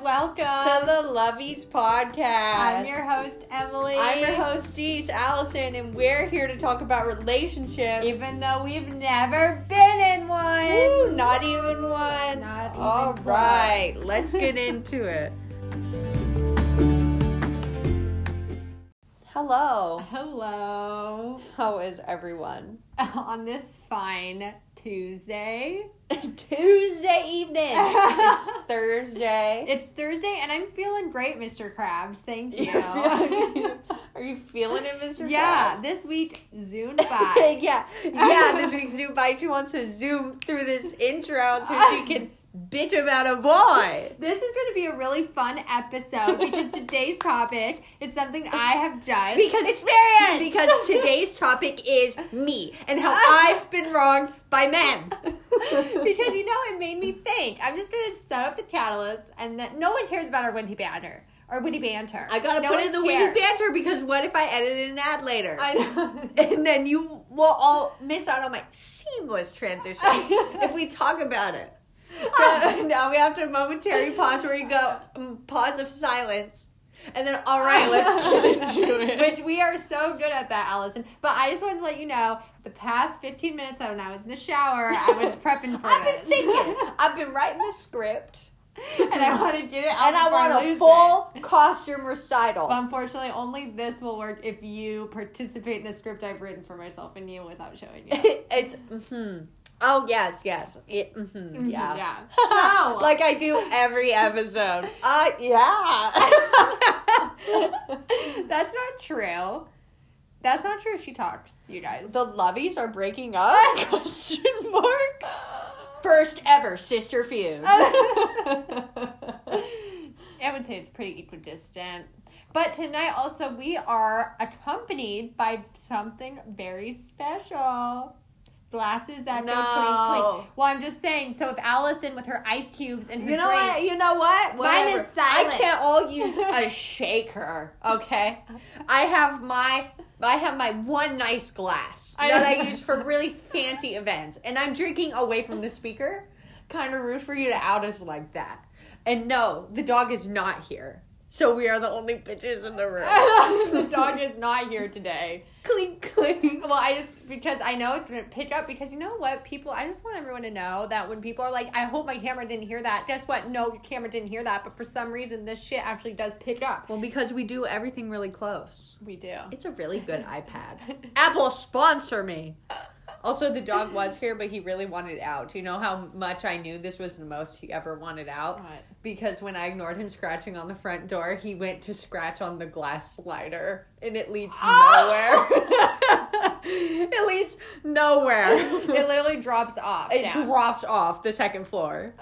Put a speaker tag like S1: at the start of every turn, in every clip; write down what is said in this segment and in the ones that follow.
S1: Welcome
S2: Oh. to the Lovies podcast.
S1: I'm your host, Emily.
S2: I'm your hostess, Allison, and we're here to talk about relationships.
S1: Even though we've never been in one.
S2: Woo, not even once.
S1: Not even
S2: All
S1: close.
S2: right, let's get into it. Hello.
S1: Hello.
S2: How is everyone?
S1: On this fine Tuesday.
S2: Tuesday evening. it's Thursday.
S1: It's Thursday and I'm feeling great, Mr. Krabs. Thank you.
S2: You're feeling- Are you feeling it, Mr.
S1: yeah,
S2: Krabs?
S1: this week, Zoom by.
S2: yeah, yeah. This week's Zoom bite, she wants to zoom through this intro so she can bitch about a boy.
S1: This is going to be a really fun episode because today's topic is something I have just
S2: Because
S1: experienced.
S2: because today's topic is me and how I've been wronged by men.
S1: because you know it made me think. I'm just gonna set up the catalyst, and that no one cares about our Wendy banter or Wendy banter.
S2: I gotta
S1: no
S2: put
S1: one
S2: in the
S1: cares.
S2: witty banter because what if I edit an ad later?
S1: I know.
S2: and then you will all miss out on my seamless transition if we talk about it. So now we have to momentary pause where you go mm, pause of silence, and then all right, let's get into it.
S1: Which we are so good at that, Allison. But I just wanted to let you know the past 15 minutes when I was in the shower, I was prepping for
S2: I've been
S1: this.
S2: thinking. I've been writing the script,
S1: and I want to get it out
S2: and I
S1: before
S2: want
S1: lose
S2: a
S1: it.
S2: full costume recital.
S1: But unfortunately, only this will work if you participate in the script I've written for myself and you without showing you.
S2: it's hmm oh yes, yes, It- mhm, yeah.
S1: Yeah. No.
S2: Like I do every episode. Uh, yeah.
S1: That's not true. That's not true. She talks, you guys.
S2: The Lovies are breaking up? Question mark. First ever sister feud.
S1: I would say it's pretty equidistant. But tonight, also, we are accompanied by something very special. Glasses that go
S2: No.
S1: clink clink. Well, I'm just saying. So if Allison with her ice cubes and her
S2: you know what?
S1: drink,
S2: You know what?
S1: Mine is silent.
S2: I can't all use a shaker. Okay, I have my. I have my one nice glass
S1: I-
S2: that I use for really fancy events, and I'm drinking away from the speaker. Kind of rude for you to out us like that. And no, the dog is not here, so we are the only bitches in the room.
S1: the dog is not here today.
S2: clink clink.
S1: Well, I just because I know it's gonna pick up because you know what people. I just want everyone to know that when people are like, "I hope my camera didn't hear that." Guess what? No, your camera didn't hear that. But for some reason, this shit actually does pick up.
S2: Well, because we do everything really close.
S1: We do.
S2: It's a really good iPad. Apple sponsor me. Also, the dog was here, but he really wanted out. Do you know how much I knew this was the most he ever wanted out?
S1: What?
S2: Because when I ignored him scratching on the front door, he went to scratch on the glass slider, and it leads nowhere. it leads nowhere. It,
S1: It literally drops off.
S2: it
S1: down.
S2: drops off the second floor.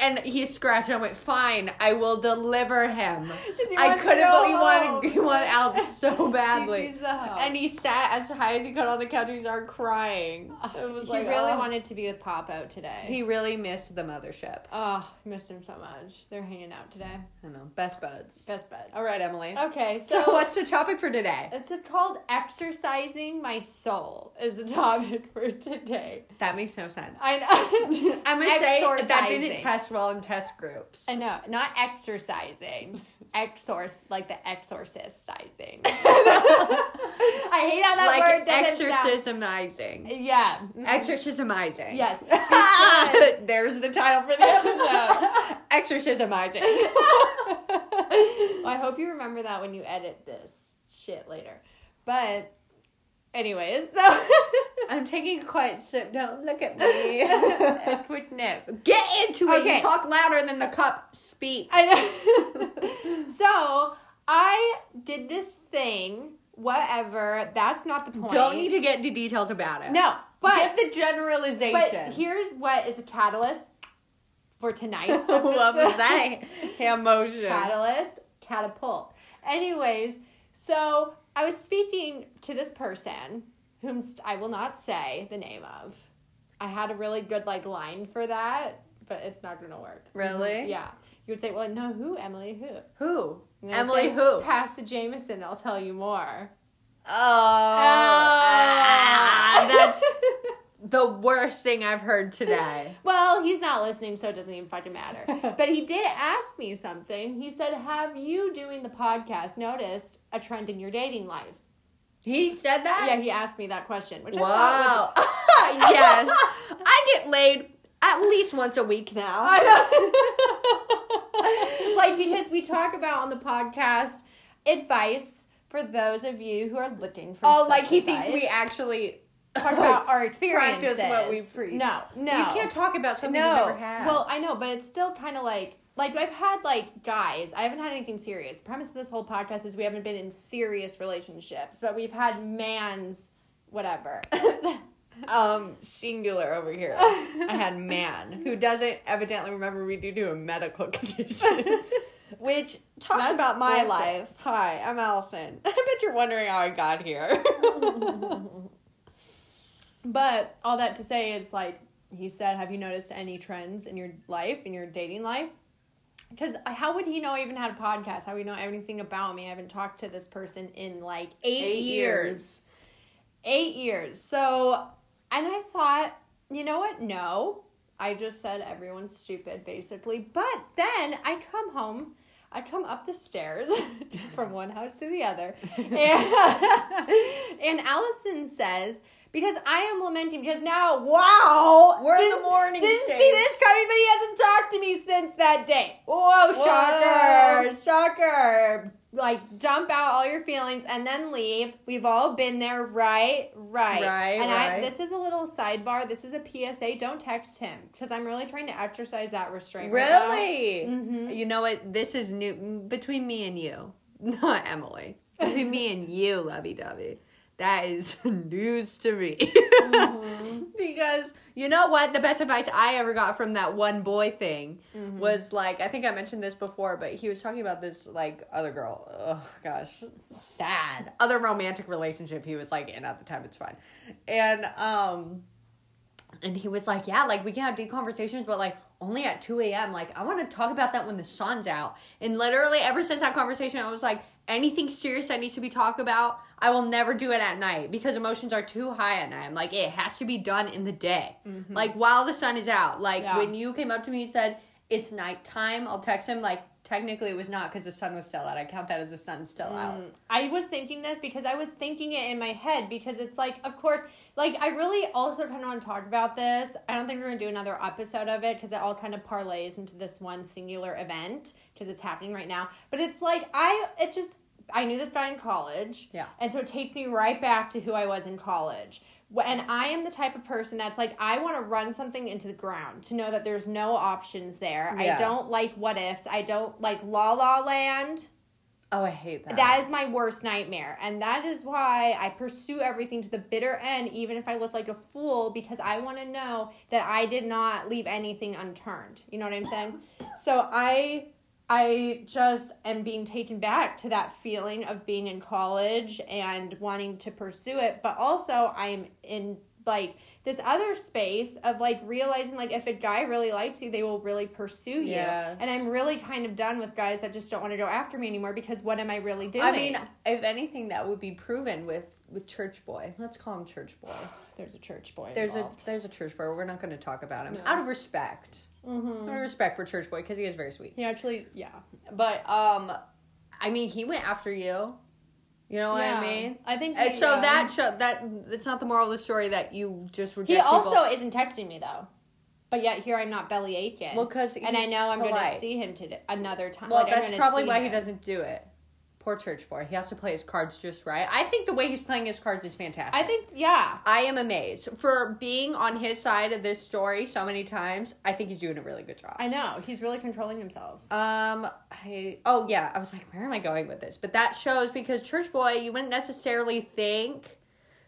S2: And he scratched. and I went, fine, I will deliver him.
S1: he
S2: I
S1: wants to
S2: couldn't
S1: go
S2: believe he wanted,
S1: home.
S2: he wanted out so badly.
S1: He sees the hoe.
S2: And he sat as high as he could on the couch. He started crying. It was
S1: he
S2: like
S1: really
S2: oh.
S1: wanted to be with Popo today.
S2: He really missed the mothership.
S1: oh, I missed him so much. They're hanging out today.
S2: I know. Best buds.
S1: Best buds.
S2: All right, Emily.
S1: Okay,
S2: So,
S1: so,
S2: what's the topic for today?
S1: It's called exercising my soul is the topic for today.
S2: That makes no sense.
S1: I know.
S2: I'm gonna say that didn't
S1: Exorcising.
S2: test well in test groups.
S1: I know, not exercising. Exorc, like the exorcisting. I hate how that
S2: like
S1: word doesn't sound-
S2: exorcismizing.
S1: Yeah.
S2: Exorcismizing. Ah!
S1: Yes.
S2: There's the title for the episode. Exorcismizing.
S1: Well, I hope you remember that when you edit this shit later. But, anyways, so
S2: I'm taking a quiet sip. Don't look at me.
S1: a quick nip.
S2: Get into it. You
S1: Okay.
S2: talk louder than the cup speaks.
S1: I, so I did this thing. Whatever. That's not the point.
S2: Don't need to get into details about it.
S1: No,
S2: give
S1: but
S2: the generalization.
S1: but here's what is a catalyst for tonight's
S2: what was
S1: episode.
S2: that? Emotion.
S1: catalyst catapult anyways so i was speaking to this person whom st- i will not say the name of i had a really good like line for that but it's not gonna work
S2: Really?
S1: yeah you would say well no who emily who
S2: Who?
S1: And I'd
S2: Emily.
S1: say,
S2: Who?
S1: pass the jameson i'll tell you more
S2: oh, ah, Oh. that's the worst thing I've heard today.
S1: Well, he's not listening, so it doesn't even fucking matter. but he did ask me something. He said, Have you doing the podcast noticed a trend in your dating life?
S2: He said that?
S1: Yeah, he asked me that question, which I thought
S2: Wow.
S1: was.
S2: yes. I get laid at least once a week now.
S1: like, because we talk about on the podcast advice for those of you who are looking for
S2: oh,
S1: such
S2: like he
S1: advice.
S2: thinks we actually
S1: talk about our experiences.
S2: practice what we preach.
S1: No, no.
S2: You can't talk about something
S1: no.
S2: you've never had.
S1: Well, I know, but it's still kind of like like I've had like guys. I haven't had anything serious. premise of this whole podcast is we haven't been in serious relationships, but we've had man's whatever.
S2: um singular over here. I had man who doesn't evidently remember we do do a medical condition. Which talks
S1: That's
S2: about my
S1: bullshit.
S2: life. Hi, I'm Allison. I bet you're wondering how I got here.
S1: but all that to say is like he said, have you noticed any trends in your life in your dating life? Because how would he know I even had a podcast? How would he know anything about me? I haven't talked to this person in like eight, years. eight years. So, and I thought, you know what? No, I just said everyone's stupid, basically. But then I come home, I come up the stairs from one house to the other, and, and Allison says. Because I am lamenting because now, wow,
S2: We're in the
S1: didn't-
S2: morning
S1: Didn't see
S2: stage.
S1: this coming, but he hasn't talked to me since that day. Whoa, shocker!
S2: Whoa.
S1: shocker like dump out all your feelings and then leave we've all been there right right
S2: Right,
S1: and i
S2: right.
S1: this is a little sidebar this is a psa don't text him because i'm really trying to exercise that restraint right Mm-hmm.
S2: Really? You know what? This is new m- between me and you, not Emily. Between me and you, lovey dovey. That is news to me.
S1: Mm-hmm.
S2: because you know what? The best advice I ever got from that one boy thing
S1: Mm-hmm.
S2: was like, I think I mentioned this before, but he was talking about this like other girl. Oh gosh. Sad. Other romantic relationship he was like in at the time, it's fine. And um and he was like, Yeah, like we can have deep conversations, but like only at 2 a.m. Like, I want to talk about that when the sun's out. And literally, ever since that conversation, I was like, anything serious that needs to be talked about, I will never do it at night because emotions are too high at night. I'm like, it has to be done in the day, like while the sun is out. Like,
S1: Mm-hmm. Yeah.
S2: when you came up to me, you said, It's nighttime. I'll text him, like, technically it was not because the sun was still out. I count that as the sun's still
S1: Mm.
S2: out.
S1: i was thinking this because i was thinking it in my head because it's like of course like i really also kind of want to talk about this i don't think we're gonna do another episode of it because it all kind of parlays into this one singular event because it's happening right now but it's like i it just i knew this guy in college
S2: Yeah.
S1: And so it takes me right back to who I was in college. Wh- And I am the type of person that's like, I want to run something into the ground to know that there's no options there. I
S2: Yeah.
S1: don't like what ifs. I don't like La La Land.
S2: Oh, I hate that.
S1: That is my worst nightmare. And that is why I pursue everything to the bitter end, even if I look like a fool, because I want to know that I did not leave anything unturned. You know what I'm saying? so I I just am being taken back to that feeling of being in college and wanting to pursue it, but also I'm in like this other space of like realizing like if a guy really likes you, they will really pursue you.
S2: Yes.
S1: And I'm really kind of done with guys that just don't want to go after me anymore because what am I really doing?
S2: I mean, if anything, that would be proven with with church boy. Let's call him church boy.
S1: there's a church boy.
S2: There's a
S1: involved.
S2: there's a church boy. We're not going to talk about him
S1: No. Mm-hmm.
S2: out of respect. Out of respect for church boy because he is very sweet.
S1: he actually yeah.
S2: But um, I mean, he went after you. You know what I
S1: Yeah.
S2: mean?
S1: I think
S2: And
S1: he,
S2: so
S1: yeah.
S2: that show that it's not the moral of the story that you just reject.
S1: he
S2: people.
S1: also isn't texting me though. But yet here I'm not belly aching.
S2: Well, 'cause
S1: and I
S2: he's
S1: know I'm going to
S2: polite.
S1: see him today another time.
S2: Well,
S1: Like, I'm
S2: that's
S1: gonna
S2: probably
S1: see
S2: why he
S1: him.
S2: doesn't do it. Poor church boy. He has to play his cards just right. I think the way he's playing his cards is fantastic.
S1: I think yeah.
S2: I am amazed for being on his side of this story so many times. I think he's doing a really good job.
S1: I know he's really controlling himself.
S2: Um, I oh yeah, I was like, where am I going with this? But that shows because Church Boy, you wouldn't necessarily think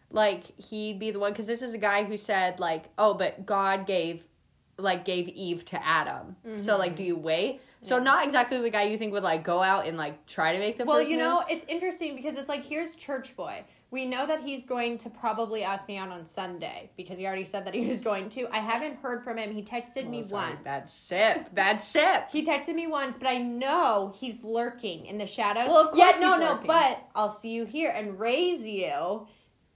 S2: like he'd be the one because this is a guy who said like, oh, but God gave like gave Eve to Adam, so
S1: Mm-hmm.
S2: like, do you wait? So not exactly the guy you think would like go out and like try to make the
S1: Well,
S2: first
S1: you
S2: move.
S1: know, it's interesting because it's like here's Church Boy. We know that he's going to probably ask me out on Sunday because he already said that he was going to. I haven't heard from him. He texted me
S2: Oh, sorry,
S1: once.
S2: bad sip, bad sip.
S1: He texted me once, but I know he's lurking in the shadows.
S2: Well, of course
S1: Yet, no,
S2: he's
S1: no,
S2: lurking.
S1: but I'll see you here and raise you.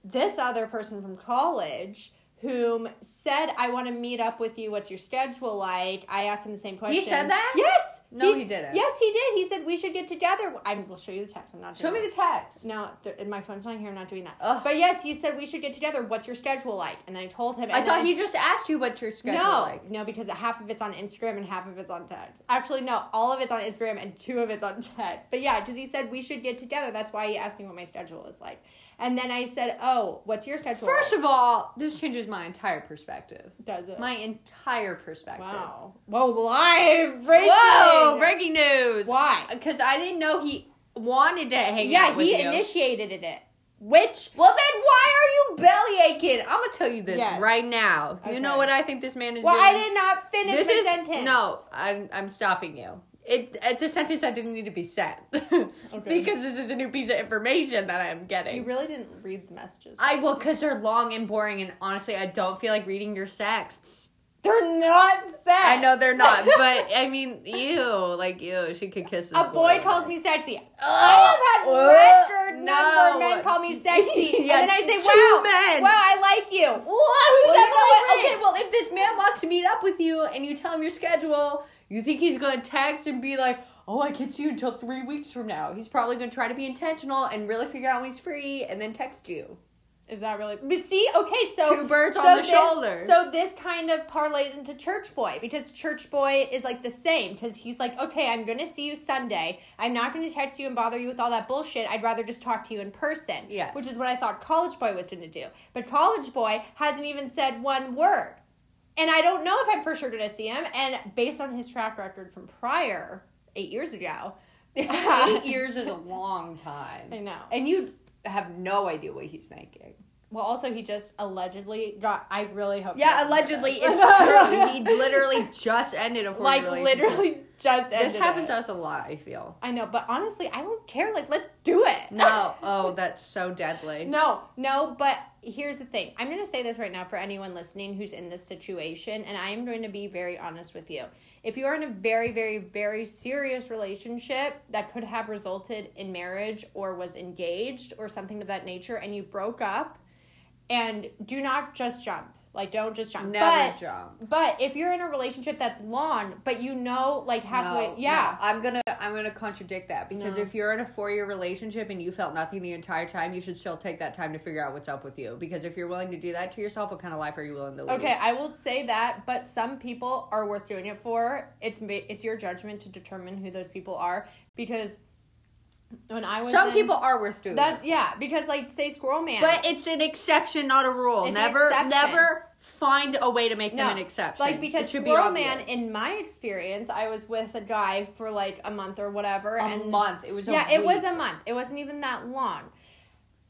S1: This other person from college whom said, I want to meet up with you. What's your schedule like? I asked him the same question.
S2: said that?
S1: Yes.
S2: No, he didn't.
S1: Yes, he did. He said, We should get together. I'm, we'll show you the text. I'm not
S2: Show
S1: doing
S2: me
S1: this.
S2: the text.
S1: No, th- and my phone's not here. I'm not doing that.
S2: Ugh.
S1: But yes, he said we should get together. What's your schedule like? And then I told him.
S2: I
S1: and
S2: thought
S1: then-
S2: he just asked you what your schedule
S1: No,
S2: like.
S1: no, because half of it's on Instagram and half of it's on text. Actually, no, all of it's on Instagram and two of it's on text. But yeah, because he said we should get together. That's why he asked me what my schedule was like. And then I said, "Oh, what's your schedule?" like?"
S2: First of all, this changes my entire perspective.
S1: does it?
S2: My entire perspective.
S1: wow. Whoa, live breaking.
S2: Whoa! Breaking news.
S1: Why?
S2: Because I didn't know he wanted to hang
S1: Yeah,
S2: out with
S1: he
S2: you.
S1: initiated it. Which
S2: well, then why are you belly aching? I'm gonna tell you this
S1: Yes.
S2: right now. You know
S1: Okay.
S2: what I think this man is
S1: well,
S2: doing.
S1: I did not finish
S2: This
S1: the
S2: is
S1: sentence.
S2: no. I'm I'm stopping you. It it's a sentence that didn't need to be said because this is a new piece of information that I'm getting.
S1: you really didn't read the messages.
S2: I will, cause they're long and boring, and honestly, I don't feel like reading your sexts.
S1: They're not sex.
S2: I know they're not, but I mean, ew, like ew. She could kiss
S1: a boy calls me sexy. I have had record number of men call me sexy,
S2: Uh, Yeah,
S1: and then I say,
S2: two
S1: "Wow,
S2: men.
S1: wow, I like you." Wow, who's
S2: Well, you
S1: that
S2: know
S1: boy?
S2: what? Okay, well, if this man wants to meet up with you and you tell him your schedule, you think he's gonna text and be like, "Oh, I can't see you until three weeks from now." He's probably gonna try to be intentional and really figure out when he's free, and then text you.
S1: Is that really? But see, okay, so
S2: Two birds
S1: so
S2: on the
S1: this-
S2: shoulder.
S1: So this kind of parlays into church boy because church boy is like the same because he's like, okay, I'm gonna see you Sunday. I'm not gonna text you and bother you with all that bullshit. I'd rather just talk to you in person.
S2: Yes.
S1: which is what I thought college boy was gonna do. But college boy hasn't even said one word, and I don't know if I'm for sure gonna see him. And based on his track record from prior eight years ago,
S2: Eight years is a long time.
S1: I know.
S2: and you have no idea what he's thinking.
S1: Well, also he just allegedly got. I really hope. he
S2: Yeah,
S1: doesn't hear
S2: allegedly,
S1: this.
S2: it's true. He literally just ended a four
S1: like literally just ended
S2: This happens
S1: it.
S2: to us a lot. I feel.
S1: I know, but honestly, I don't care. Like, let's do it.
S2: No, oh, that's so deadly.
S1: no, no. But here's the thing. I'm going to say this right now for anyone listening who's in this situation, and I am going to be very honest with you. If you are in a very, very, very serious relationship that could have resulted in marriage or was engaged or something of that nature, and you broke up, and do not just jump. Like, don't just jump.
S2: Never
S1: but,
S2: jump.
S1: But if you're in a relationship that's long, but you know, like halfway,
S2: No,
S1: yeah,
S2: no. I'm gonna I'm gonna contradict that because
S1: No.
S2: if you're in a four year relationship and you felt nothing the entire time, you should still take that time to figure out what's up with you. Because if you're willing to do that to yourself, what kind of life are you willing to live?
S1: Okay, I will say that, but some people are worth doing it for. It's ma- it's your judgment to determine who those people are because when I was
S2: Some
S1: in-
S2: people are worth doing
S1: that
S2: it.
S1: yeah because like say Squirrel Man,
S2: But it's an exception, not a rule.
S1: It's an
S2: never
S1: exception.
S2: never find a way to make them an exception.
S1: Like because
S2: It should be
S1: Squirrel Man,
S2: obvious.
S1: in my experience, I was with a guy for like a month or whatever,
S2: a
S1: and
S2: month. It was a
S1: yeah, it was
S2: week.
S1: a month. It wasn't even that long.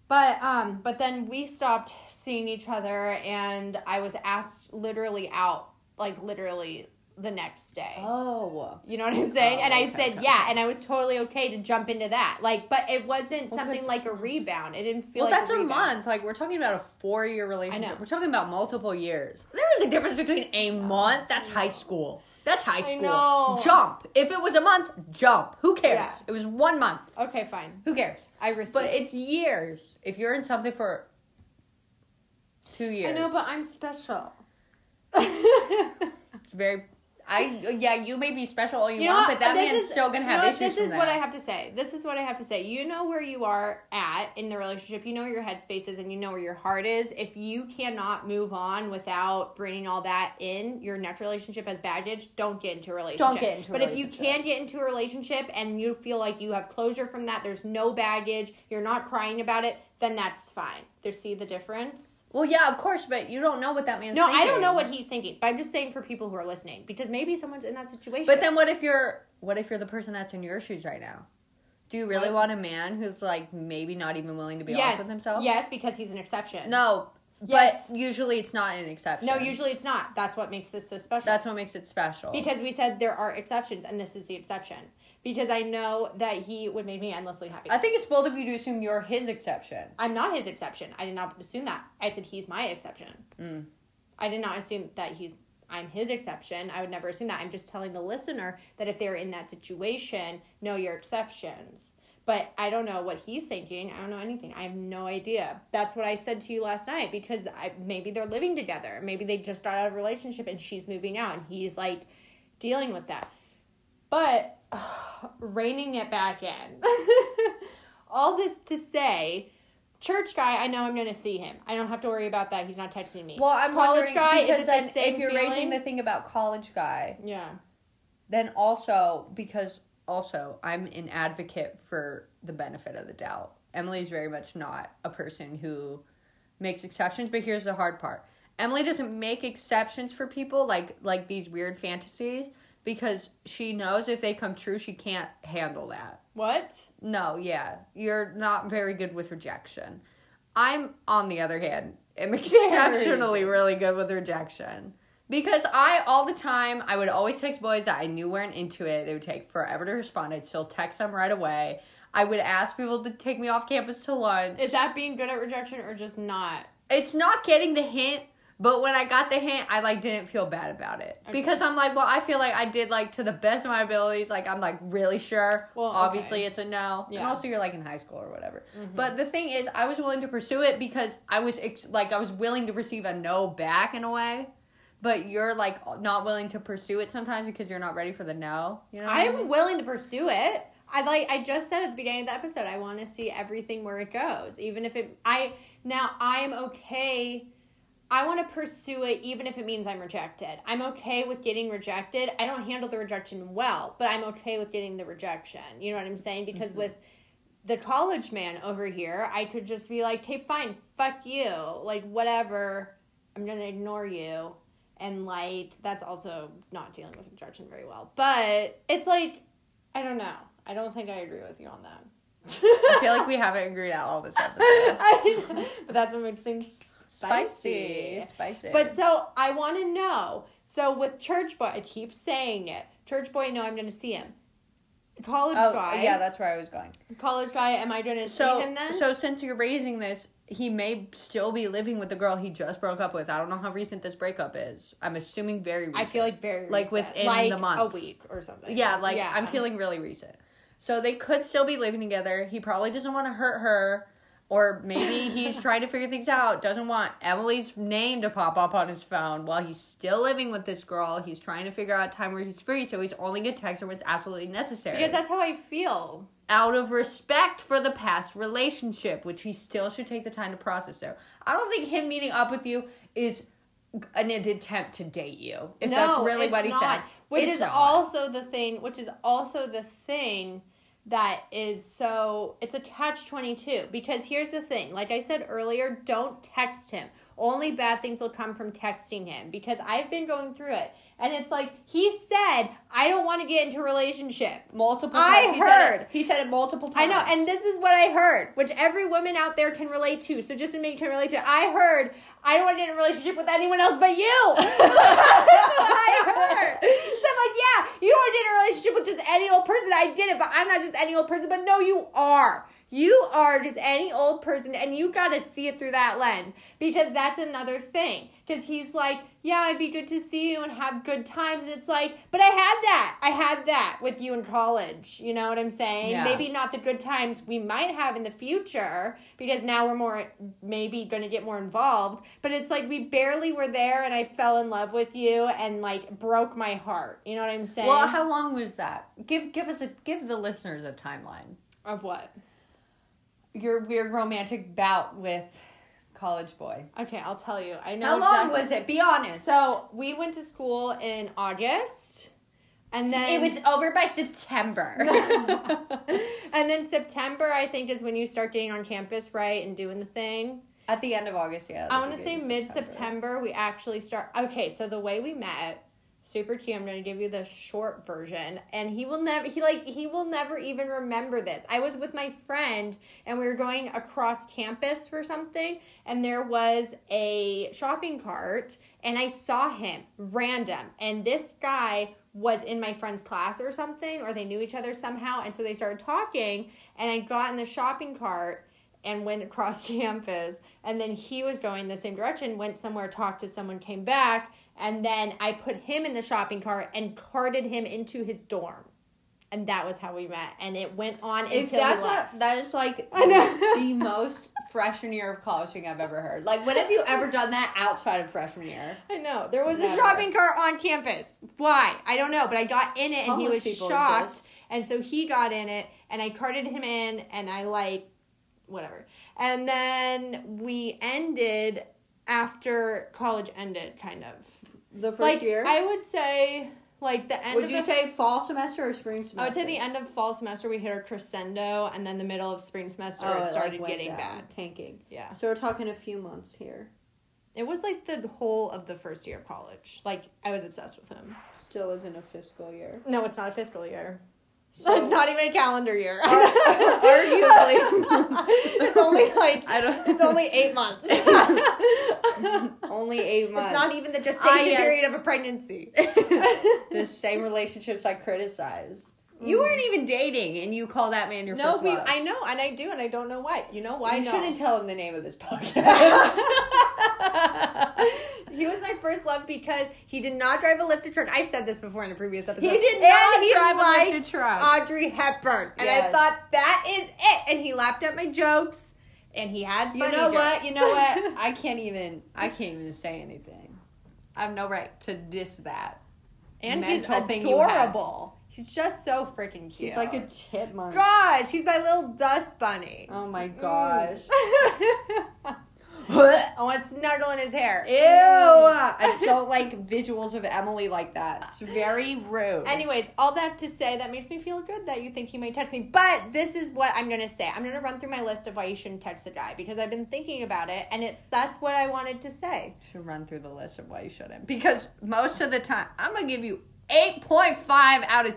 S1: But um, but then we stopped seeing each other, and I was asked literally out, like literally the next day.
S2: Oh.
S1: You know what I'm saying?
S2: Oh,
S1: and I
S2: okay,
S1: said,
S2: okay.
S1: yeah, and I was totally okay to jump into that. Like, but it wasn't something
S2: 'cause-
S1: like a rebound. It didn't feel
S2: Well,
S1: like
S2: that's
S1: a,
S2: a
S1: rebound.
S2: month. Like we're talking about a four-year relationship.
S1: know.
S2: We're talking about multiple years. There is a difference between a month. That's high school. That's high school.
S1: know.
S2: Jump. If it was a month, jump. Who cares?
S1: Yeah.
S2: It was one month.
S1: Okay, fine.
S2: Who cares?
S1: I received.
S2: But it's years. If you're in something for two
S1: I
S2: years,
S1: know, but I'm special.
S2: it's very. I yeah, you may be special all you,
S1: You know,
S2: want,
S1: what?
S2: but that
S1: This
S2: man's
S1: is-
S2: still gonna
S1: you
S2: have
S1: know what?
S2: issues.
S1: This
S2: from
S1: is what
S2: that.
S1: I have to say. This is what I have to say. You know where you are at in the relationship. You know where your headspace is, and you know where your heart is. If you cannot move on without bringing all that in your next relationship as baggage, don't get into a relationship.
S2: get into a
S1: But if you
S2: relationship.
S1: can get into a relationship and you feel like you have closure from that, there's no baggage. You're not crying about it. Then that's fine. There, see the difference.
S2: Well, yeah, of course, but you don't know what that man's.
S1: No, I
S2: thinking.
S1: don't know what he's thinking, but I'm just saying for people who are listening because maybe someone's in that situation.
S2: But then what if you're what if you're the person that's in your shoes right now? Do you really want a man who's like maybe not even willing to be honest with himself?
S1: yes, because he's an exception.
S2: No.
S1: Yes.
S2: But usually it's not an exception.
S1: no, usually it's not. That's what makes this so special.
S2: that's what makes it special.
S1: because we said there are exceptions, and this is the exception. Because I know that he would make me endlessly happy.
S2: I think it's bold of you to assume you're his exception.
S1: I'm not his exception. I did not assume that. I said he's my exception. I did not assume that he's I'm his exception. I would never assume that. I'm just telling the listener that if they're in that situation, know your exceptions. But I don't know what he's thinking. I don't know anything. I have no idea. That's what I said to you last night because I, maybe they're living together. Maybe they just got out of a relationship and she's moving out and he's like dealing with that. But reining it back in. All this to say, church guy, I know I'm going to see him. I don't have to worry about that. He's not texting me.
S2: Well, I'm
S1: college
S2: wondering,
S1: guy
S2: because
S1: is it
S2: then
S1: the same
S2: if you're
S1: feeling?
S2: raising the thing about college guy,
S1: yeah.
S2: then also because also I'm an advocate for the benefit of the doubt. Emily's very much not a person who makes exceptions, but here's the hard part. Emily doesn't make exceptions for people like like these weird fantasies because she knows if they come true she can't handle that.
S1: What?
S2: No, yeah. You're not very good with rejection. I'm, on the other hand, am exceptionally really good with rejection. Because I, all the time, I would always text boys that I knew weren't into it. They would take forever to respond. I'd still text them right away. I would ask people to take me off campus to lunch.
S1: Is that being good at rejection or just not?
S2: It's not getting the hint, but when I got the hint, I, like, didn't feel bad about it. Because I'm like, well, I feel like I did, like, to the best of my abilities. Like, I'm, like, really sure.
S1: Well,
S2: Well,
S1: okay.
S2: obviously, it's a no.
S1: Yeah. Mm-hmm.
S2: And also you're like in high school or whatever. But the thing is, I was willing to pursue it because I was ex- like I was willing to receive a no back in a way. But you're like not willing to pursue it sometimes because you're not ready for the no. You know what I mean?
S1: I'm willing to pursue it. I like I just said at the beginning of the episode, I want to see everything where it goes, even if it I now I'm okay. I want to pursue it even if it means I'm rejected. I'm okay with getting rejected. I don't handle the rejection well, but I'm okay with getting the rejection. You know what I'm saying? Because with the college man over here, I could just be like, "Okay, fine. Fuck you. Like whatever. I'm going to ignore you." and like that's also not dealing with rejection very well. But it's like I don't know. I don't think I agree with you on that.
S2: I feel like we haven't agreed out all this episode.
S1: I know, but that's what makes things
S2: Spicy,
S1: spicy.
S2: spicy.
S1: But so I want to know. So with church boy, I keep saying it. Church boy, no, I'm going to see him. College
S2: oh
S1: guy,
S2: yeah, that's where I was going.
S1: college guy, am I going to
S2: So
S1: see him then?
S2: so since you're raising this, he may still be living with the girl he just broke up with. I don't know how recent this breakup is. I'm assuming very recent.
S1: I feel like very
S2: Like
S1: recent.
S2: within
S1: Like
S2: the month.
S1: a week or something.
S2: Yeah, like I'm feeling really recent. So they could still be living together. He probably doesn't want to hurt her, or maybe he's trying to figure things out. Doesn't want Emily's name to pop up on his phone while he's still living with this girl. He's trying to figure out a time where he's free, so he's only gonna text her when it's absolutely necessary.
S1: because that's how I feel.
S2: out of respect for the past relationship, which he still should take the time to process. So I don't think him meeting up with you is an attempt to date you. If that's really what he
S1: it's
S2: said,
S1: not. Which
S2: It's
S1: is
S2: not.
S1: also the thing. Which is also the thing that is so. It's a catch twenty two because here's the thing. Like I said earlier, don't text him. Only bad things will come from texting him because I've been going through it, and it's like he said, I don't want to get into a relationship.
S2: multiple
S1: I
S2: times. he said
S1: heard.
S2: it, he said it multiple times.
S1: I know, and this is what I heard, which every woman out there can relate to. So just to make can relate to, I heard I don't want to get in a relationship with anyone else but you. That's what I heard. So I'm like, yeah, you don't want to get in a relationship with just any old person. I get it, but I'm not just any old person. But no, you are. You are just any old person, and you gotta see it through that lens because that's another thing. Because he's like, Yeah, it'd be good to see you and have good times. And it's like, But I had that. I had that with you in college. You know what I'm saying?
S2: Yeah.
S1: Maybe not the good times we might have in the future because now we're more, maybe gonna get more involved. But it's like, we barely were there, and I fell in love with you and like broke my heart. You know what I'm saying?
S2: well, how long was that? Give give us a give the listeners a timeline.
S1: of what?
S2: Your weird romantic bout with college boy.
S1: Okay, I'll tell you. I know
S2: How long
S1: exactly-
S2: was it? Be honest.
S1: So we went to school in August, and
S2: it
S1: then
S2: was over by September.
S1: and then September I think is when you start getting on campus, right, and doing the thing.
S2: At the end of August, yeah.
S1: I want to say mid September we actually start. Okay, so the way we met, super cute. I'm going to give you the short version, and he will never. He like he will never even remember this. I was with my friend, and we were going across campus for something, and there was a shopping cart, and I saw him random, and this guy was in my friend's class or something, or they knew each other somehow, and so they started talking, and I got in the shopping cart and went across campus. And then he was going the same direction, went somewhere, talked to someone, came back. And then I put him in the shopping cart and carted him into his dorm. and that was how we met. And it went on
S2: If
S1: until
S2: that's
S1: we left.
S2: not, that is like
S1: I know.
S2: the most freshman year of college thing I've ever heard. Like, when have you ever done that outside of freshman year?
S1: I know there was a
S2: Never.
S1: shopping cart on campus. Why? I don't know, but I got in it and
S2: Homeless
S1: he was
S2: people
S1: shocked,
S2: exist.
S1: and so he got in it, and I carted him in, and I like, whatever. And then we ended after college ended, kind of.
S2: The first
S1: like
S2: year?
S1: I would say, like the end.
S2: Would
S1: of
S2: you
S1: the,
S2: say fall semester or spring semester?
S1: I would say the end of fall semester we hit our crescendo, and then the middle of spring semester
S2: Oh,
S1: it
S2: like,
S1: started
S2: went
S1: getting
S2: down,
S1: bad.
S2: Tanking.
S1: Yeah,
S2: So we're talking a few months here.
S1: it was like the whole of the first year of college. Like I was obsessed with him.
S2: Still isn't a fiscal year.
S1: No, it's not a fiscal year.
S2: So-
S1: it's not even a calendar year.
S2: Arguably.
S1: it's only like
S2: I don't.
S1: it's only eight months. it's
S2: only eight months.
S1: not even the gestation
S2: Ah, yes.
S1: period of a pregnancy.
S2: the same relationships I criticize. You weren't even dating, and you call that man your
S1: no,
S2: first
S1: we,
S2: love.
S1: I know, and I do, and I don't know why. You know why?
S2: you
S1: no.
S2: shouldn't tell him the name of this podcast.
S1: He was my first love because he did not drive a lift to church. I've said this before in a previous episode.
S2: He did
S1: And
S2: not
S1: he
S2: drive a
S1: liked
S2: lift to church.
S1: Audrey Hepburn, and I
S2: Yes.
S1: thought that is it. And he laughed at my jokes, and he had.
S2: you
S1: funny
S2: know what?
S1: jokes.
S2: You know what? I can't even. I can't even say anything. I have no right to diss that.
S1: and he's
S2: mental thing you had.
S1: adorable. He's just so freaking cute.
S2: He's like a chipmunk.
S1: gosh. He's my little dust bunny.
S2: Oh my
S1: Mm.
S2: gosh.
S1: I want to snuggle in his hair.
S2: Ew! I don't like visuals of Emily like that. It's very rude.
S1: Anyways, all that to say, that makes me feel good that you think he might text me. But this is what I'm gonna say. I'm gonna run through my list of why you shouldn't text the guy because I've been thinking about it, and it's that's what I wanted to say.
S2: should run through the list of why you shouldn't. Because most of the time, I'm gonna give you 8.5 out of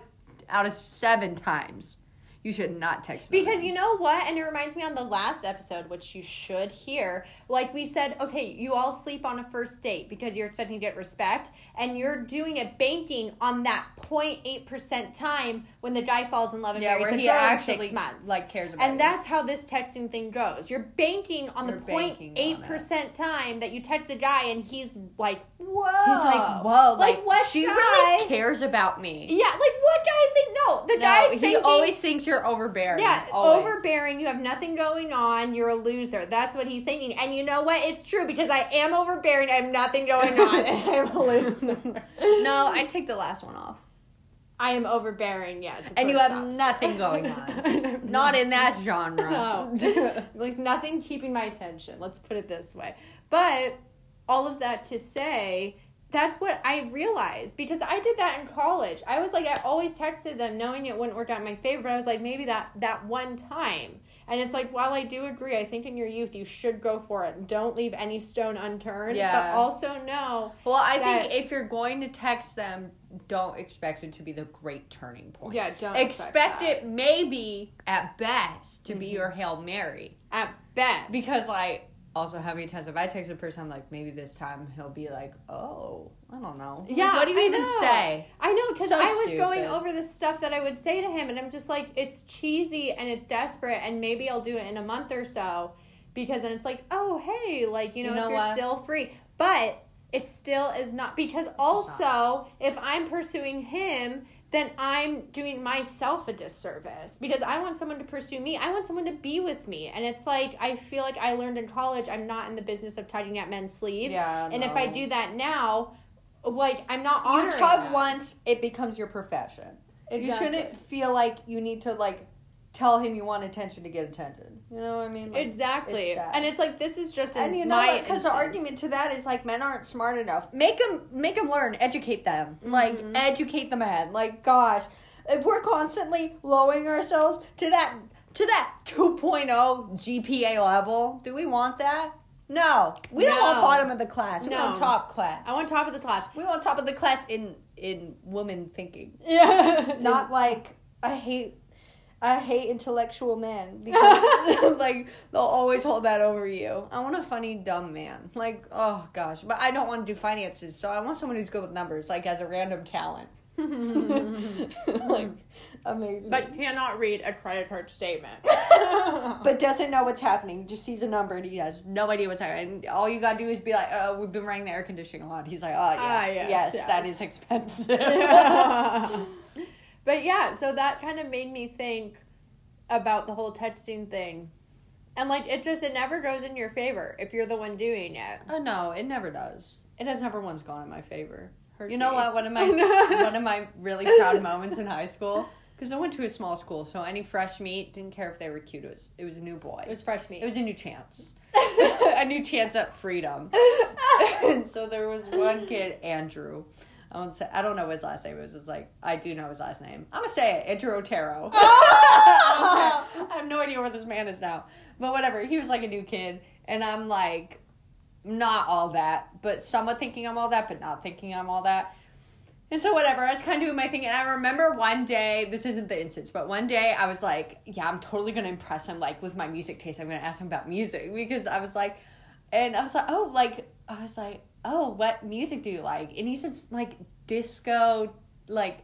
S2: out of seven times. You should not text them.
S1: Because you know what? And it reminds me on the last episode, which you should hear, like we said, okay, you all sleep on a first date because you're expecting to get respect, and you're doing it banking on that 0.8% time when the guy falls in love and
S2: yeah,
S1: marries
S2: where
S1: the
S2: he
S1: girl
S2: actually
S1: in six months.
S2: like cares about. you.
S1: and that's how this texting thing goes. You're banking on
S2: You're
S1: the 0.8%
S2: banking on it.
S1: time that you text a guy and he's like, whoa.
S2: he's like, whoa, like,
S1: what
S2: she
S1: guy?
S2: really cares about me.
S1: Yeah, like what guys think? No, the guys
S2: no, he
S1: thinking,
S2: always thinks you're overbearing.
S1: yeah,
S2: always.
S1: overbearing. You have nothing going on. You're a loser. That's what he's thinking. And you know what? It's true because I am overbearing. I have nothing going on. and I'm a loser.
S2: No, I take the last one off.
S1: I am overbearing. Yes, that's
S2: And
S1: where
S2: you
S1: it
S2: have
S1: stops.
S2: nothing going on.
S1: I have
S2: Not in that genre.
S1: No. At least nothing keeping my attention. Let's put it this way. But all of that to say, that's what I realized because I did that in college. I was like, I always texted them knowing it wouldn't work out in my favor, but I was like, maybe that that one time. And it's like, while I do agree, I think in your youth you should go for it. Don't leave any stone unturned.
S2: Yeah.
S1: But also know
S2: Well, I think
S1: that-
S2: if you're going to text them, don't expect it to be the great turning point.
S1: Yeah, don't
S2: expect,
S1: expect
S2: it maybe at best to be
S1: Mm-hmm.
S2: your hail mary.
S1: at best
S2: Because like, also how many times have I texted a person? I'm like, maybe this time he'll be like, oh, I don't know. Like,
S1: Yeah,
S2: what do you
S1: I
S2: even
S1: know.
S2: say?
S1: I know because
S2: So
S1: I was going
S2: stupid.
S1: over the stuff that I would say to him, and I'm just like, it's cheesy and it's desperate, and maybe I'll do it in a month or so, because then it's like, oh hey, like you know,
S2: You know
S1: if you're
S2: what?
S1: still free, but it still is not because also if I'm pursuing him. Then I'm doing myself a disservice because I want someone to pursue me. I want someone to be with me. And it's like, I feel like I learned in college I'm not in the business of tugging at men's sleeves.
S2: Yeah,
S1: and if
S2: no.
S1: I do that now, like I'm not
S2: You
S1: honoring
S2: tug
S1: them.
S2: once, it becomes your profession.
S1: Exactly.
S2: You shouldn't feel like you need to like tell him you want attention to get attention. You know what I mean? Like,
S1: Exactly,
S2: it's sad.
S1: and it's like this is just in
S2: and you know
S1: my
S2: because the
S1: instance.
S2: argument to that is like men aren't smart enough make them make them learn educate them
S1: Mm-hmm.
S2: like educate the men like gosh if we're constantly lowering ourselves to that to that 2.0 gpa level do we want that no we don't want
S1: No.
S2: bottom of the class we
S1: No.
S2: want top class
S1: I want top of the class.
S2: we want top of the class in in woman thinking
S1: Yeah,
S2: not like i hate I hate intellectual men because like they'll always hold that over you. I want a funny dumb man. Like, oh gosh, but I don't want to do finances, so I want someone who's good with numbers, like as a random talent. like amazing. But
S1: but cannot read a credit card statement.
S2: but doesn't know what's happening. Just sees a number and he has no idea what's happening. And all you gotta do is be like, "Oh, we've been running the air conditioning a lot." He's like, "Oh "Ah, yes,
S1: Ah, yes,
S2: yes, that
S1: yes."
S2: is expensive."
S1: but But yeah, so that kind of made me think about the whole texting thing. And like it just it never goes in your favor if you're the one doing it.
S2: Oh no, it never does. It has never once gone in my favor.
S1: Hurt
S2: you know
S1: me.
S2: what? One of my
S1: I know.
S2: one of my really proud moments in high school because I went to a small school, so any fresh meat didn't care if they were cute. It was it was a new boy.
S1: It was fresh meat.
S2: it was a new chance, a new chance at freedom. and so there was one kid, Andrew. I won't say I don't know his last name. It was just like I do know his last name. I'm gonna say it, Andrew Otero. I don't care. I have no idea where this man is now. But whatever, he was like a new kid, and I'm like, not all that, but somewhat thinking I'm all that, but not thinking I'm all that. And so whatever, I was kind of doing my thing, and I remember one day, this isn't the instance, but one day I was like, yeah, I'm totally gonna impress him, like with my music taste. I'm gonna ask him about music because I was like, and I was like, oh, like I was like, oh, what music do you like? And he said like disco, like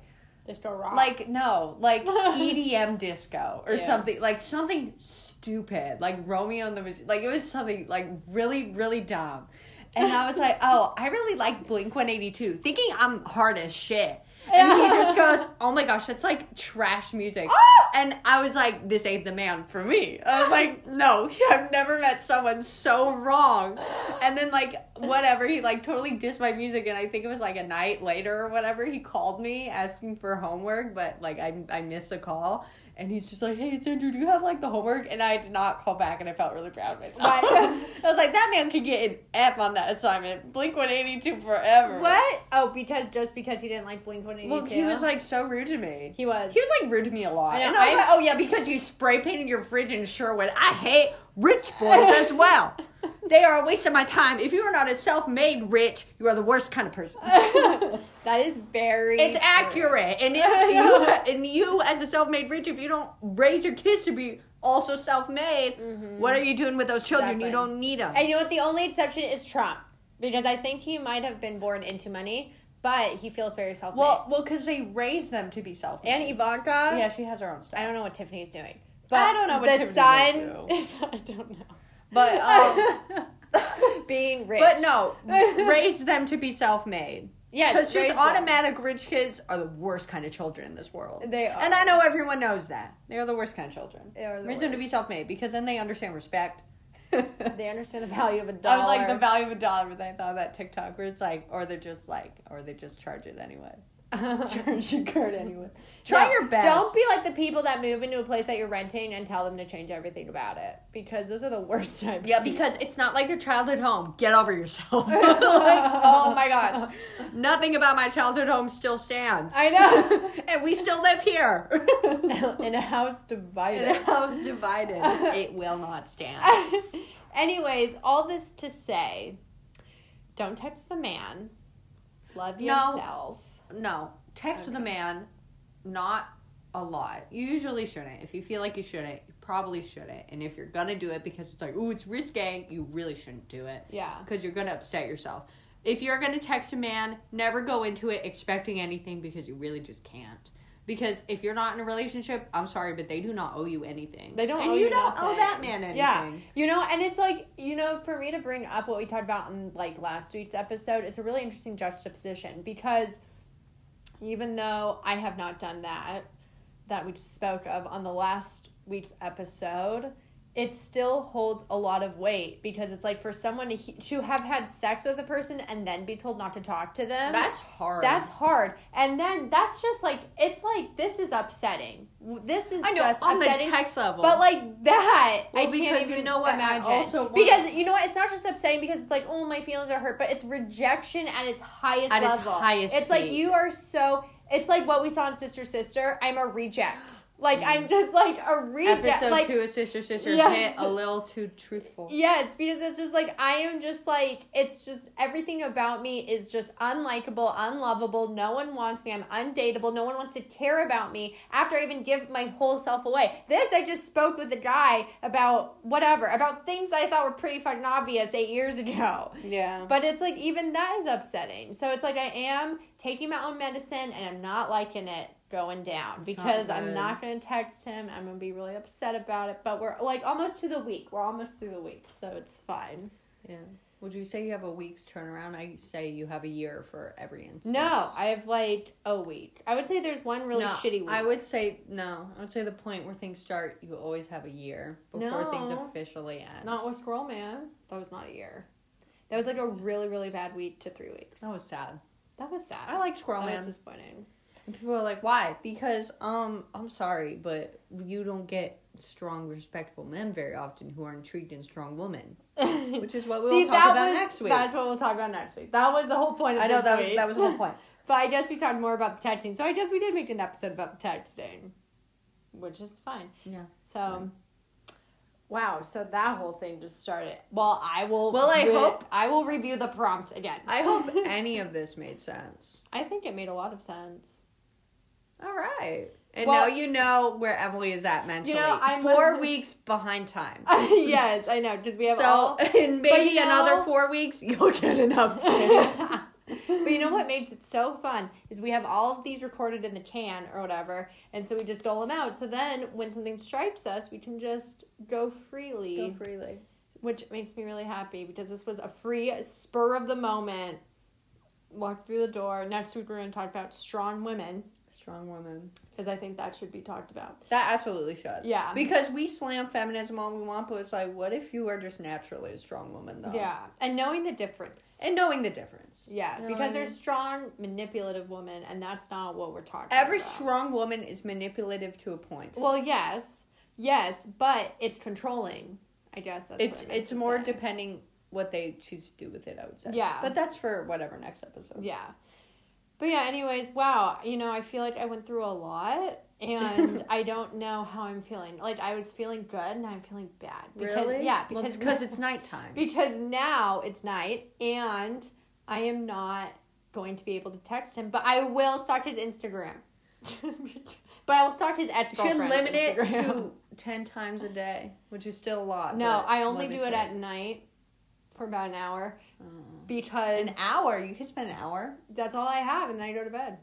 S1: They still rock.
S2: like no, like EDM disco or
S1: Yeah.
S2: something, like something stupid, like Romeo and the Mach- like it was something like really really dumb, and I was like, oh, I really like Blink One Eighty Two, thinking I'm hard as shit. And he just goes, "Oh my gosh, that's like trash music." and I was like, "This ain't the man for me." I was like, "No, I've never met someone so wrong." And then like whatever, he like totally dissed my music, and I think it was like a night later or whatever. He called me asking for homework, but like I I missed a call, and he's just like, "Hey, it's Andrew. Do you have like the homework?" And I did not call back, and I felt really proud of myself.
S1: Right.
S2: I was like, "That man could get an F on that assignment. Blink One Eighty Two forever."
S1: what? Oh, because just because he didn't like Blink One Eighty Two.
S2: Well, he was like so rude to me.
S1: he was.
S2: He was like rude to me a lot.
S1: I know,
S2: and I was
S1: I-
S2: like, oh yeah, because you spray painted your fridge in Sherwood. I hate rich boys as well. They are a waste of my time. If you are not a self made rich, you are the worst kind of person.
S1: that is very.
S2: It's
S1: true.
S2: accurate. And if you and you as a self made rich, if you don't raise your kids to be also self made, what are you doing with those children?
S1: Exactly.
S2: You don't need them.
S1: And you know what? The only exception is Trump because I think he might have been born into money, but he feels very self.
S2: well, well, because they raise them to be self made.
S1: and Ivanka.
S2: yeah, she has her own stuff.
S1: I don't know what Tiffany's doing.
S2: I don't know what
S1: the
S2: Tiffany's
S1: son
S2: up to.
S1: is. I don't know.
S2: But um,
S1: Being rich,
S2: but no, raise them to be self made.
S1: yes,
S2: Because just
S1: racism.
S2: automatic rich kids are the worst kind of children in this world.
S1: They are.
S2: And I know everyone knows that. They are the worst kind of children.
S1: They are the
S2: Reason to be self made because then they understand respect. I
S1: They understand the value of a dollar.
S2: was like the value of a dollar, but then I thought of that TikTok where it's like, or they're just like, or they just charge it anyway. charge your card anyway. Try
S1: No,
S2: your best.
S1: Don't be like the people that move into a place that you're renting and tell them to change everything about it because those are the worst types.
S2: Yeah, because it's not like their childhood home. Get over yourself. Like, oh my gosh. Nothing about my childhood home still stands.
S1: I know.
S2: and we still live here.
S1: In a house divided.
S2: house divided, it will not stand.
S1: Anyways, all this to say, don't text the man. Love
S2: No.
S1: yourself.
S2: No, text the man, not a lot. You usually shouldn't. If you feel like you shouldn't, you probably shouldn't. And if you're gonna do it because it's like, ooh, it's risque, you really shouldn't do it.
S1: Yeah.
S2: Because you're gonna upset yourself. If you're gonna text a man, never go into it expecting anything because you really just can't. Because if you're not in a relationship, I'm sorry, but they do not owe you anything.
S1: They don't
S2: and
S1: owe
S2: you
S1: you
S2: don't owe
S1: nothing.
S2: that man anything.
S1: Yeah. You know, and it's like, you know, for me to bring up what we talked about in like last week's episode, it's a really interesting juxtaposition because even though I have not done that, that we just spoke of on the last week's episode, it still holds a lot of weight because it's like for someone to, he- to have had sex with a person and then be told not to talk to them.
S2: That's hard.
S1: That's hard. And then that's just like it's like this is upsetting. This is
S2: I know
S1: just
S2: on the
S1: upsetting.
S2: text level.
S1: but like that,
S2: Well,
S1: I
S2: because
S1: can't
S2: you
S1: even
S2: know what, I
S1: imagine.
S2: also want-
S1: because you know what, it's not just upsetting because it's like, oh, my feelings are hurt, but it's rejection at its highest
S2: At its
S1: level.
S2: highest
S1: it's like
S2: peak.
S1: you are so. It's like what we saw in Sister Sister. I'm a reject. Like I'm just like a reject.
S2: Mm. episode
S1: like,
S2: two of Sister Sister
S1: Yeah.
S2: hit a little too truthful.
S1: Yes, because it's just like I am just like it's just everything about me is just unlikable, unlovable. No one wants me. I'm undateable. No one wants to care about me after I even give my whole self away. This I just spoke with a guy about whatever, about things that I thought were pretty fucking obvious 8 years ago.
S2: Yeah.
S1: But it's like even that is upsetting. So it's like I am taking my own medicine and I'm not liking it going down
S2: not
S1: because I'm
S2: good.
S1: not going to text him. I'm going to be really upset about it. But we're like almost to the week. We're almost through the week, so it's fine.
S2: yeah. Would you say you have a week's turnaround? I say you have a year for every instance.
S1: No, I have like a week. I would say there's one really
S2: No,
S1: shitty week.
S2: I would say no. I would say the point where things start, you always have a year before things
S1: No.
S2: officially end.
S1: Not with Squirrel Man. That was not a year. That was like a really, really bad week to three weeks.
S2: that was sad.
S1: That was sad.
S2: Oh. I like Squirrel
S1: that
S2: Man.
S1: was disappointing.
S2: And people are like, why? Because um, I'm sorry, but you don't get strong, respectful men very often who are intrigued in strong women, which is what we will talk about
S1: was,
S2: next week.
S1: That's what we'll talk about next week. That was the whole point of
S2: I know
S1: this
S2: that was
S1: week.
S2: that was the whole point.
S1: But I guess we talked more about the texting. So I guess we did make an episode about the texting, which is fine.
S2: Yeah.
S1: So, wow. So that whole thing just started. Well, I will.
S2: Well, I
S1: re-
S2: hope-
S1: I will review the prompt again.
S2: I hope any of this made sense.
S1: I think it made a lot of sense.
S2: All right. And
S1: Well-
S2: now you know where Emily is at mentally.
S1: I'm-
S2: four weeks behind time.
S1: yes, I know because we have
S2: So
S1: all.
S2: in maybe
S1: you know-
S2: another four weeks, you'll get an update.
S1: But you know what makes it so fun is we have all of these recorded in the can or whatever, and so we just dole them out. So then when something strikes us, we can just go freely,
S2: freely.
S1: which makes me really happy because this was a free spur of the moment. Walk through the door. Next week we're going to talk about strong women
S2: Strong woman.
S1: because I think that should be talked about.
S2: That absolutely should.
S1: Yeah.
S2: Because we slam feminism all we want, but it's like, what if you are just naturally a strong woman though?
S1: Yeah, and knowing the difference.
S2: And knowing the difference.
S1: Yeah,
S2: You know what
S1: because
S2: I
S1: there's
S2: mean?
S1: strong manipulative women, and that's not what we're talking.
S2: Every
S1: about.
S2: strong woman is manipulative to a point.
S1: Well, yes, yes, but it's controlling. I guess that's
S2: it's
S1: what I meant
S2: it's
S1: to
S2: more
S1: say.
S2: depending what they choose to do with it, I would say.
S1: Yeah.
S2: But that's for whatever next episode.
S1: yeah, but yeah. Anyways, wow. You know, I feel like I went through a lot, and I don't know how I'm feeling. Like I was feeling good, and I'm feeling bad. Because,
S2: Really?
S1: Yeah,
S2: Well,
S1: because
S2: because it's nighttime.
S1: because now it's night, and I am not going to be able to text him, but I will stalk his Instagram. but I will stalk his ex
S2: You should
S1: girlfriend's
S2: limit it
S1: Instagram.
S2: to ten times a day, which is still a lot.
S1: No,
S2: but
S1: I only do
S2: limit
S1: it at night for about an hour because
S2: Oh. an hour. You could spend an hour.
S1: that's all I have, and then I go to bed.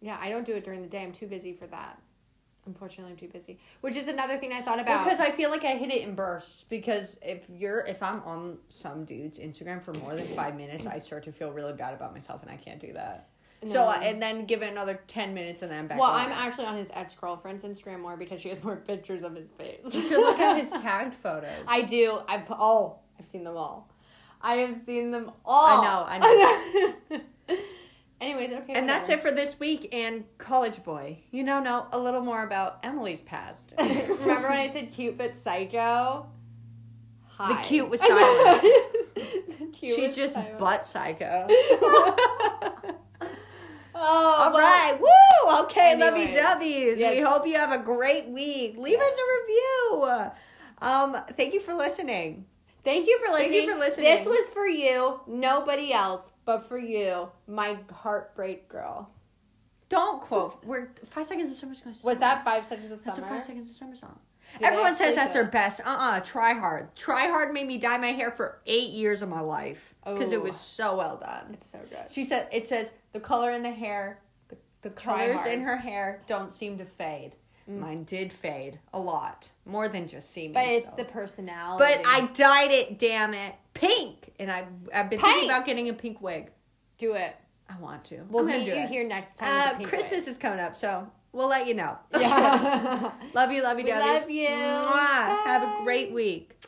S1: Yeah, I don't do it during the day. I'm too busy for that. Unfortunately, I'm too busy. Which is another thing I thought about.
S2: Because I feel like I hit it in bursts. Because if you're, if I'm on some dude's Instagram for more than five minutes, I start to feel really bad about myself, and I can't do that. So
S1: No.
S2: I- and then give it another ten minutes, and then I'm back.
S1: well,
S2: on
S1: I'm
S2: it.
S1: actually on his ex girlfriend's Instagram more because she has more pictures of his
S2: You
S1: face.
S2: should look at his tagged photos. I,
S1: I do. I've all. I've seen them all. I have seen them all.
S2: know, I know.
S1: Anyways, okay.
S2: and that's it for this week. And college boy, you now know a little more about Emily's past.
S1: Remember when I said cute but psycho? Hi.
S2: cute was silent.
S1: The cute
S2: She's
S1: was
S2: just
S1: silent.
S2: butt psycho.
S1: Oh,
S2: All
S1: well,
S2: right, woo! Okay,
S1: anyways,
S2: lovey doveys. We
S1: yes.
S2: hope you have a great week. Leave us a review. Um, thank you for listening.
S1: Thank you for listening.
S2: Thank you for listening.
S1: This was for you, nobody else, but for you, my heartbreak girl.
S2: Don't quote. We're five seconds of summer.
S1: Was that five seconds of
S2: That's
S1: summer?
S2: a five seconds of summer song.
S1: Do
S2: Everyone
S1: they
S2: says
S1: actually
S2: that's
S1: do
S2: their
S1: it?
S2: best. Uh uh Try hard. Try hard made me dye my hair for eight years of my life because
S1: Oh.
S2: it was so well done.
S1: It's so good.
S2: She said it says the color in the hair, the, the
S1: Try
S2: colors
S1: hard. Mm.
S2: in her hair don't seem to fade. Mine did fade a lot more than just seeming.
S1: But it's
S2: so.
S1: the personality.
S2: But I dyed it, damn it, pink. And I I've been
S1: Pink.
S2: thinking about getting a pink wig.
S1: do it.
S2: I want to.
S1: We'll
S2: I'm gonna
S1: meet
S2: do
S1: you
S2: it.
S1: here next time. with
S2: Uh,
S1: the pink
S2: Christmas is coming up, so we'll let you know.
S1: wig. Yeah.
S2: love you, love you,
S1: We
S2: Debbie.
S1: love you.
S2: Have
S1: Bye.
S2: a great week.